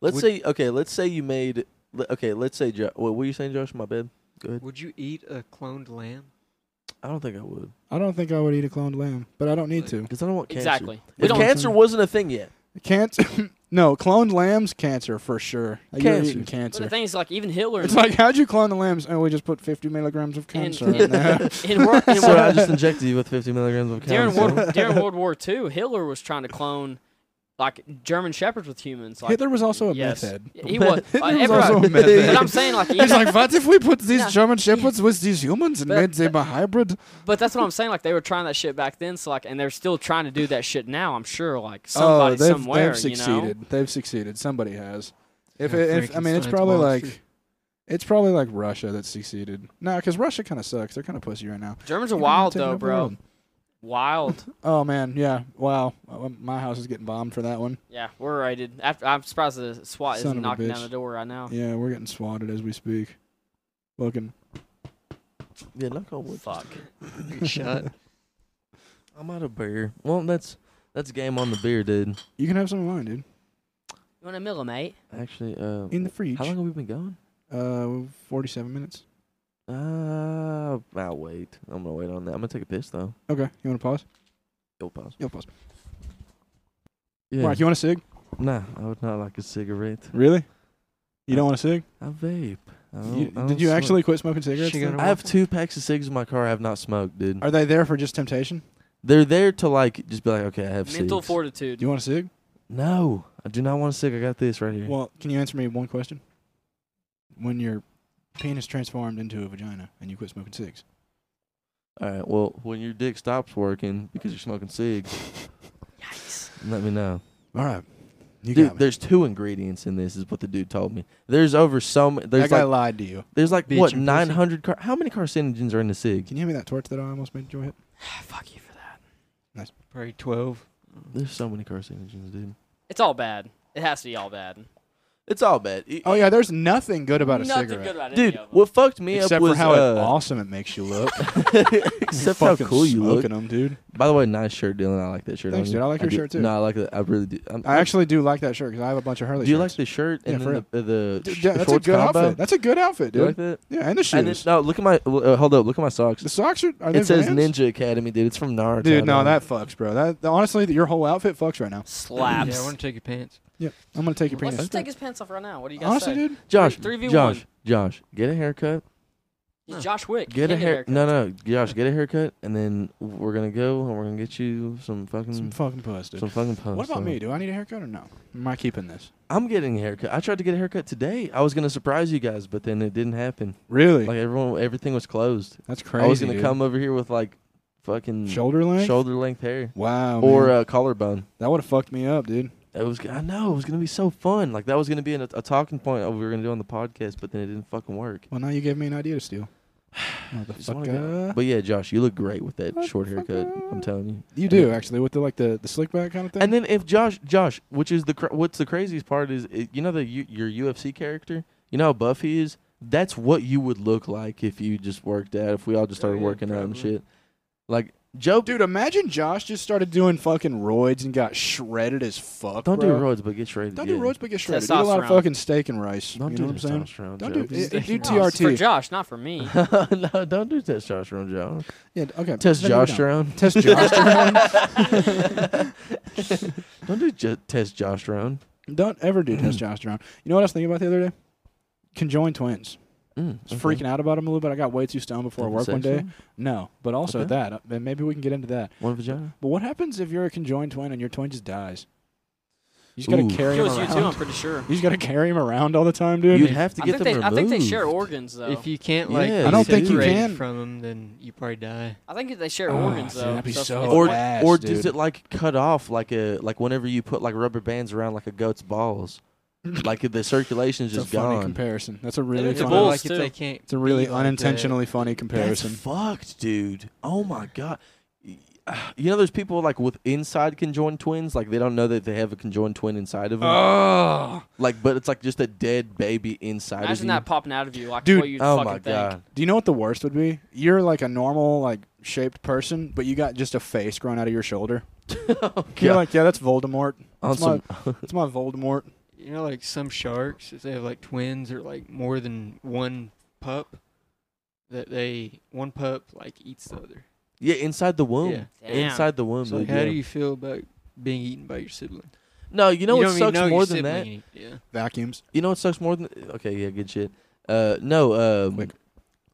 let's would- say okay. Let's say you made. le- Okay, let's say. Jo- what were you saying, Josh? My bad. Go ahead. Would you eat a cloned lamb? I don't think I would I don't think I would eat a cloned lamb, but I don't need to. because I don't want cancer. Exactly. We If don't. cancer Mm. wasn't a thing yet, Cancer? [laughs] no, cloned lambs, cancer for sure. Like, You're Cancer. eating But the cancer. thing is, like even Hitler. It's and- like how'd you clone the lambs? Oh, we just put 50 milligrams of [laughs] [laughs] in, cancer in in, [laughs] there. in world, in so I world, just injected you with 50 milligrams of [laughs] during, cancer. world, during World War II, Hitler was trying to clone like German shepherds with humans. Like, Hitler was also a yes. meth head. [laughs] He was. Hitler uh, was everybody- [laughs] also a meth head. but I'm saying [laughs] like He's even, like, what if we put these No. German shepherds with these humans and But- made them a hybrid? but that's what I'm saying. Like they were trying that shit back then. So like, and they're still trying to do that shit now. I'm sure. Like somebody oh, they've, somewhere. they've You know? succeeded. They've succeeded. Somebody has. If, Yeah, it, if I mean, it's Frankenstein's probably monster. like, it's probably like Russia that succeeded. No, because Russia kind of sucks. They're kind of pussy right now. Germans are They're wild taking though, over the bro. world. Wild. [laughs] Oh man, yeah. Wow, Uh, my house is getting bombed for that one. Yeah, we're rated. After, I'm surprised the SWAT Son of isn't a knocking bitch. down the door right now. Yeah, we're getting swatted as we speak. Looking. yeah, knock on wood. Fuck. Shut. [laughs] I'm out of beer. Well, that's that's game on the beer, dude. You can have some of mine, dude, You want a Miller, mate? Actually, uh, in the fridge. how long have we been going? Uh, 47 minutes. Uh, I'll wait. I'm gonna wait on that. I'm gonna take a piss though. Okay. You want to pause? Go pause. You'll pause. Yeah. Mark, you want a cig? nah, I would not like a cigarette. Really? You don't want a cig? I vape. I don't- You- I don't did you smoke. actually quit smoking cigarettes? She then? gonna- I have two packs of cigs in my car. I have not smoked, dude. Are they there for just temptation? They're there to like just be like, okay, I have Mental cigs. fortitude. Do you want a cig? No, I do not want a cig. I got this right here. Well, can you answer me one question? When your penis transformed into a vagina and you quit smoking cigs, All right. Well, when your dick stops working because you're smoking cigs, Yikes. [sighs] let me know. all right, you got Dude, me. there's two ingredients in this, is what the dude told me. There's over some. There's that guy like lied to you. there's like Bitch what and pussy. 900 car. How many carcinogens are in the cig? Can you hand me that torch that I almost made Joy hit? Fuck you for that. Probably 12. There's so many carcinogens, dude. It's all bad. It has to be all bad. It's all bad. It- Oh yeah, there's nothing good about a Nothing cigarette, good about any dude. of 'em. What fucked me except up was for how uh, awesome it makes you [laughs] look. except how Fucking cool you look. smoking 'em, dude. By the way, nice shirt, Dylan. I like that shirt. Thanks, on you. dude. I like your do- shirt, too. No, I like it. I really do. I'm, I actually do like that shirt because I have a bunch of Hurley. Do you like shirts. the shirt Yeah, and for then the, uh, the, Dude, sh- yeah, the that's a shorts good combo? outfit. That's a good outfit, Do you like dude. that? Yeah, and the And then, shoes. no, look at my. well, Uh, hold up. Look at my socks. the socks are. are they it says Vans? Ninja Academy, dude. It's from Naruto. Dude, no, man. that fucks, bro. That honestly, your whole outfit fucks right now. [laughs] Slaps. Yeah, I want to take your pants. I'm gonna take your Let's penis. just take his pants off right now. What do you guys honestly, say? dude. Josh, Three- 3v1. Josh, Josh, get a haircut. He's Josh Wick. Get He a can hair. haircut. No, no, Josh, get a haircut, and then we're gonna go and we're gonna get you some fucking Some Mm. some, fucking puss, dude. fucking pumps. What about so- me? Do I need a haircut or no? Am I keeping this? I'm getting a haircut. I tried to get a haircut today. I was gonna surprise you guys, but then it didn't happen. Really? Like everyone, everything was closed. That's crazy. I was gonna dude. come over here with like fucking shoulder length. shoulder length hair Wow. or man. uh, collarbone. that would have fucked me up, dude. It was. I know it was gonna be so fun. Like that was gonna be an, a talking point we were gonna do on the podcast, but then it didn't fucking work. Well, now you gave me an idea to steal. [sighs] Just wanna go. Motherfucker. But yeah, Josh, you look great with that short haircut. Motherfucker. I'm telling you. You do actually with the like the, the slick back kind of thing. And then if Josh, Josh, which is the cra- what's the craziest part is it, you know the U- your UFC character, you know how buff he is. That's what you would look like if you just worked out. If we all just Oh, started yeah, working out and probably. shit. Like Joe, dude, imagine Josh just started doing fucking roids and got shredded as fuck. don't bro. do roids, but get shredded. Don't yeah. do roids, but get shredded. Eat a lot of Testosterone. fucking steak and rice. Don't you do know what I'm saying? testosterone, Don't do, Joe. it, do Testosterone. No, it's For TRT. Josh, not [laughs] for me. no, don't do testosterone, Joe. Yeah, okay. Test No, no, no. Testosterone. [laughs] Testosterone. Don't do ju- testosterone. Don't ever do testosterone. You know what I was thinking about the other day? Conjoined twins. I Mm, was freaking out about them a little bit. I got way too stoned before work one day. No, but also Okay. that. uh, And maybe we can get into that. One vagina. But what happens if you're a conjoined twin and your twin just dies? You just gotta Ooh. carry him Kills you around. too. I'm pretty sure. [laughs] You just gotta carry him around all the time, dude. [laughs] You'd have to I get think, them they, removed. I think they share organs though. If you can't, like, Yeah, be I don't think you separated can. from them, then you probably die. I think they share Oh, organs see, though. that'd be if- so if or one- Oh, ass, or dude. does it like cut off like a like whenever you put like rubber bands around like a goat's balls, like the circulation's it's a just funny gone. comparison. That's a really It's a funny. bull. like, if too. they can't It's a really be, like, uh, unintentionally funny That's comparison. fucked, dude. Oh my god. [sighs] You know, there's people like with inside conjoined twins, like they don't know that they have a conjoined twin inside of them. Oh, like, but it's like just a dead baby inside of Imagine you. that popping out of you like Dude, what you oh fucking my think. god. do you know what the worst would be? You're like a normal, like shaped person, but you got just a face growing out of your shoulder. [laughs] You're like, yeah, that's Voldemort. On It's my, some- it's my Voldemort. that- You know, like some sharks, if they have like twins or like more than one pup, that they one pup like eats the other. [laughs] yeah, inside the womb. Yeah. Damn. Inside the womb. So dude, how Oh, yeah. do you feel about being eaten by your sibling? no, you know you what don't even sucks know your more than sibling that? ate- Yeah. Vacuums. You know what sucks more than okay, yeah, good shit. Uh, no, um, Quick.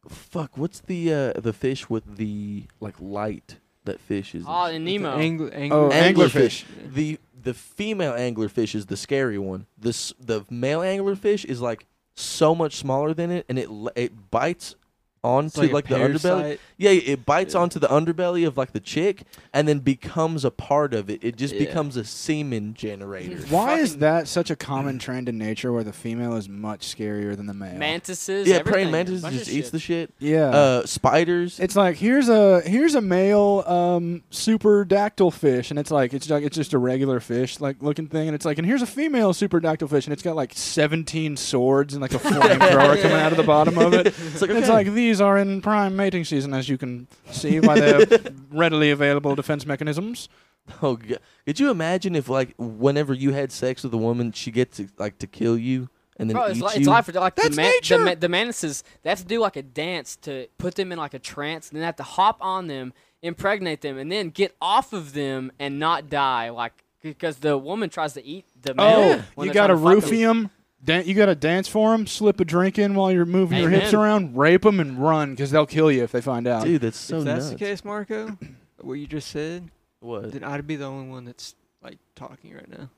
fuck. What's the uh the fish with the like light that fish is? Oh, and Nemo. Angler, angler, Oh, Anglerfish. anglerfish. the the female anglerfish is the scary one. The s- the male anglerfish is like so much smaller than it, and it l- it bites onto like, the underbelly. Yeah, it bites Yeah. onto the underbelly of like the chick, and then becomes a part of it. It just Yeah. becomes a semen generator. Why is Fucking- that such a common trend in nature where the female is much scarier than the male? Mantises. Yeah, everything. praying mantis Bunch just of eats the shit. yeah. Uh, spiders. it's like here's a here's a male um super dactyl fish and it's like it's like it's just a regular fish like looking thing and it's like and here's a female super dactyl fish and it's got like 17 swords and like a flamethrower coming out of the bottom of it It's like, It's okay. like these are in prime mating season, as you can see by their readily available defense mechanisms. [laughs] Oh god! Could you imagine if like whenever you had sex with a woman, she gets to, like to kill you and then Bro, eat it's, like, you. it's life or death. Like That's the, man, nature. the, ma- the manises, they have to do like a dance to put them in like a trance, and then they have to hop on them, impregnate them, and then get off of them and not die. Like because the woman tries to eat the Oh, male. when you they're got to trying to fuck [laughs] roofie him. Dan- you got to dance for him, slip a drink in while you're moving your hips Amen. around, rape him, and run because they'll kill you if they find out. Dude, that's so if that's nuts. the case, [clears throat] Marco, what you just said, What? then I'd be the only one that's like talking right now.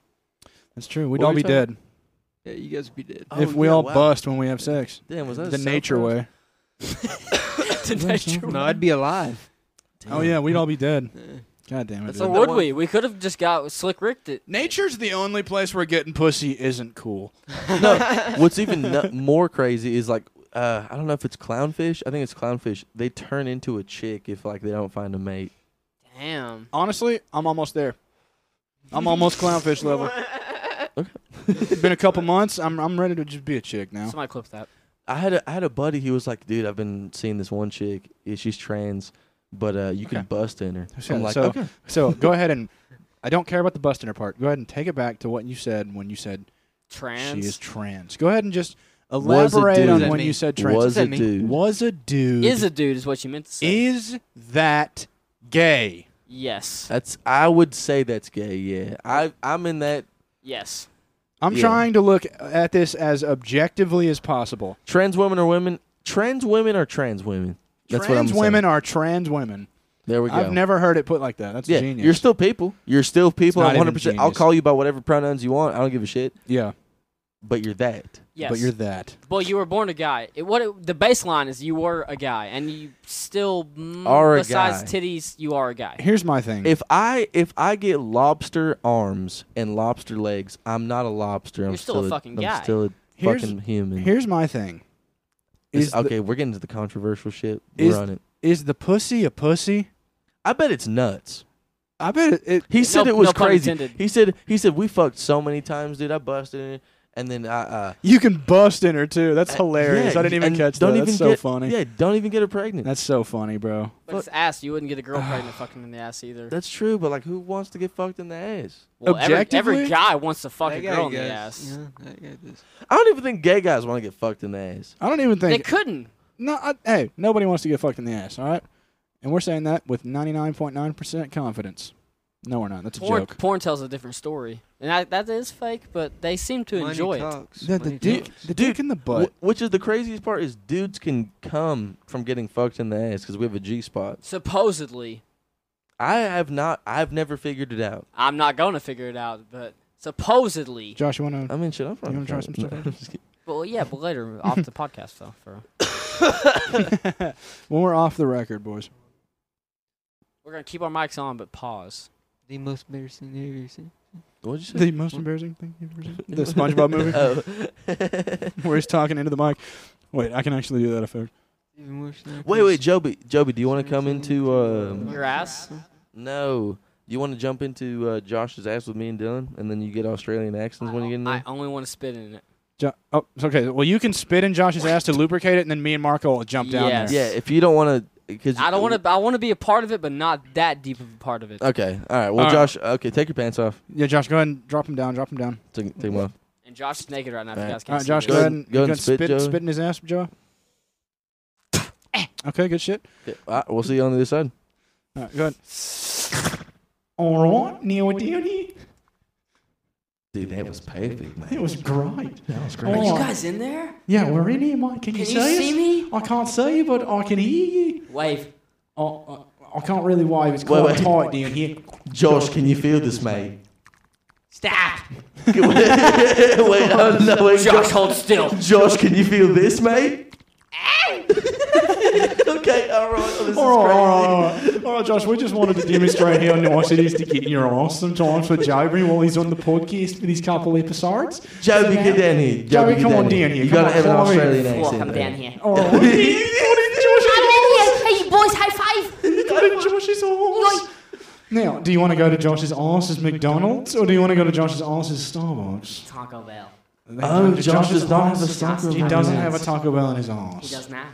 That's true. We'd What all were be you talking- dead Yeah, you guys would be dead. Oh, if we yeah, all wow. bust when we have sex. Damn, was that a the cell nature phone? [laughs] way. to nature. No, I'd be alive. Oh yeah, we'd all be dead. Yeah. God damn it. That's dude. like Or that would one- we? We could have just got slick ricked it. Nature's the only place where getting pussy isn't cool. no, what's even nu- more crazy is like uh, I don't know if it's clownfish. I think it's clownfish. They turn into a chick if like they don't find a mate. Damn. Honestly, I'm almost there. I'm almost clownfish [laughs] level. it's been a couple months. I'm I'm ready to just be a chick now. Somebody clip that. I had a, I had a buddy. He was like, dude, I've been seeing this one chick. Yeah, she's trans, but uh, you can Okay. bust in her. So- I'm like, so- okay. So go ahead and I don't care about the busting her part. Go ahead and take it back to what you said when you said Trans. she is trans. Go ahead and just Was a elaborate dude. on Does that when you mean- said trans. was that it mean? dude? Was a dude Is a dude is what you meant to say. is that gay? Uh, yes. That's I would say that's gay. Yeah, I I'm in that Yes. I'm Yeah. trying to look at this as objectively as possible. trans women are women. Trans women are trans women. That's what I'm trans saying. women are trans women. There we go. I've never heard it put like that. That's yeah, genius. you're still people. You're still people. not I'm even 100. percent I'll genius. call you by whatever pronouns you want. I don't give a shit. yeah, But you're that. Yes. but you're that. Well, you were born a guy. It, what it, the baseline is, you were a guy, and you still mm, Are a besides guy. titties, you are a guy. Here's my thing. If I if I get lobster arms and lobster legs, I'm not a lobster. I'm You're still a fucking I'm guy. still a Here's- fucking human. Here's my thing. It's- Is the- okay, we're getting to the controversial shit. Is- we're on it. is the pussy a pussy? I bet it's nuts. I bet it. it He said No- it was no pun crazy. intended. He said he said we fucked so many times, dude. I busted in, and then I uh, you can bust in her too. That's hilarious. yeah, I didn't even and catch don't that. Even That's so get- funny. Yeah, don't even get her pregnant. That's so funny, bro. But it's ass. You wouldn't get a girl [sighs] pregnant fucking in the ass either. That's true, but like, who wants to get fucked in the ass? Well, every, Objectively? every guy wants to fuck a That guy girl in the goes, ass. Yeah, that guy does. I don't even think gay guys want to get fucked in the ass. I don't even They think. couldn't. No, I, hey, nobody wants to get fucked in the ass. All right, and we're saying that with 99.9% confidence. No, we're not. That's a Porn, joke. porn tells a different story, and I, that is fake. But they seem to Money enjoy it. talks, The, the money dick, talks. the Dude, dick in the But butt. which is the craziest part is dudes can come from getting fucked in the ass because we have a G spot. Supposedly, I have not. I've never figured it out. I'm not gonna figure it out. But supposedly, Josh, you want to? I mean, shit. I'm from. wanna try some stuff No, out? I'm just kidding. well, yeah, but [laughs] later off the podcast though. For [laughs] when we're off the record, boys. we're gonna keep our mics on, but pause. The most embarrassing thing I've ever seen. What'd you say? The most embarrassing thing you've ever seen? The SpongeBob [laughs] movie Uh, [laughs] Oh. where he's talking into the mic. Wait, I can actually do that effect. Even worse than [laughs] that wait, wait, Joby, Joby, do you want to Sorry, come sorry. into? Um, Your ass? no, do you want to jump into uh, Josh's ass with me and Dylan, and then you get Australian accents when you get in there? I only want to spit in it. Jo- oh, it's okay. Well, you can spit in Josh's ass to lubricate it, and then me and Marco will jump down Yes. there. yeah, if you don't want to, because I don't want to. I want to be a part of it, but not that deep of a part of it. Okay, all right. Well, All right. Josh, okay, take your pants off. Yeah, Josh, go ahead and drop him down. Drop him down. Take, take them off. And Josh is naked right now. If Alright. you guys All can't right, see Josh, me. go ahead and, Go ahead go and ahead spit, and spit, Joey. spit in his ass, Joe. okay, good shit. Okay, all right, we'll see you on the other side. All right, go ahead. All right, Neo Duty. Dude, that was perfect, man. It was great. That was Are you guys in there? Yeah, we're in here, mate. Can you, Can you see me? I can't see you, but I can hear you. Wave. Oh, I, I can't really wave. It's Wait, quite wait. tight down here. [laughs] Josh, can you feel this, mate? Stop. wait, oh, no, [laughs] wait, Josh, Josh, hold still. Josh, can you feel this, mate? [laughs] okay, all right. oh, this All right, is crazy. all right, all right. All right, Josh, we just wanted to demonstrate how nice it is to get in your arse sometimes for Joby while he's on the podcast with his couple episodes. Joby, get down here. Joby, Joey, get come down on down here. You Come gotta on, have an come on in. Australian Well, accent. come there. [laughs] down here. All right. Hey, hey, you boys, high five! Josh's arse. Now, do you want to go to Josh's arse's McDonald's or do you want to go to Josh's arse's Starbucks? Taco Bell. Oh, Josh does not have a soccer. He doesn't have a Taco Bell in his arse. He does not.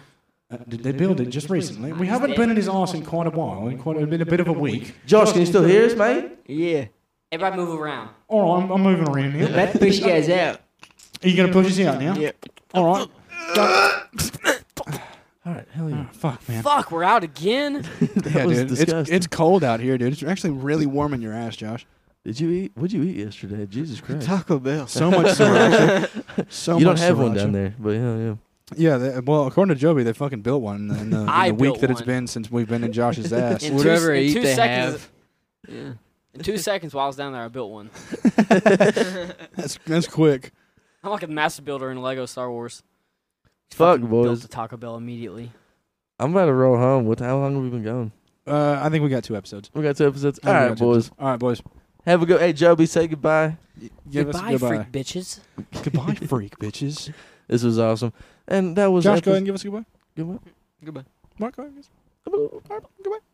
Uh, did they build it just recently? We haven't been in his arse in quite a while. In quite a bit, a bit of a week. Josh, can you still hear us, mate? Yeah. Everybody move around. All right, I'm, I'm moving around here. That push guys out. Are you gonna push his out now? Yep. All right. [coughs] All right, hell yeah. Oh, fuck, man. Fuck, we're out again. Ah, that Yeah, was dude. It's, disgusting. it's cold out here, dude. It's actually really warm in your ass, Josh. Did you eat? What'd you eat yesterday? Jesus Christ. Taco Bell. [laughs] So much sriracha. So you much don't have one sriracha. down there, but yeah, yeah. Yeah, they, well, according to Joby, they fucking built one in the, in the, in [laughs] I the week built that it's one. been since we've been [laughs] in Josh's ass. In two Whatever s- in I eat, two they seconds- have. Yeah. In two seconds while I was down there, I built one. that's that's quick. I'm like a master builder in Lego Star Wars. Fuck, Fucking Built boys. the Taco Bell immediately. I'm about to roll home. What? How long have we been going? Uh, I think we got two episodes. We got two episodes. I think All we right, got two boys. episodes. All right, boys. Have a go. Hey, Joby, say goodbye. Y- Give goodbye, us a goodbye. freak bitches. goodbye, freak [laughs] bitches. This was awesome, and that was Josh, go ahead and episode- give us a goodbye. Goodbye. Goodbye. Mark, go ahead. and give us- All right, goodbye.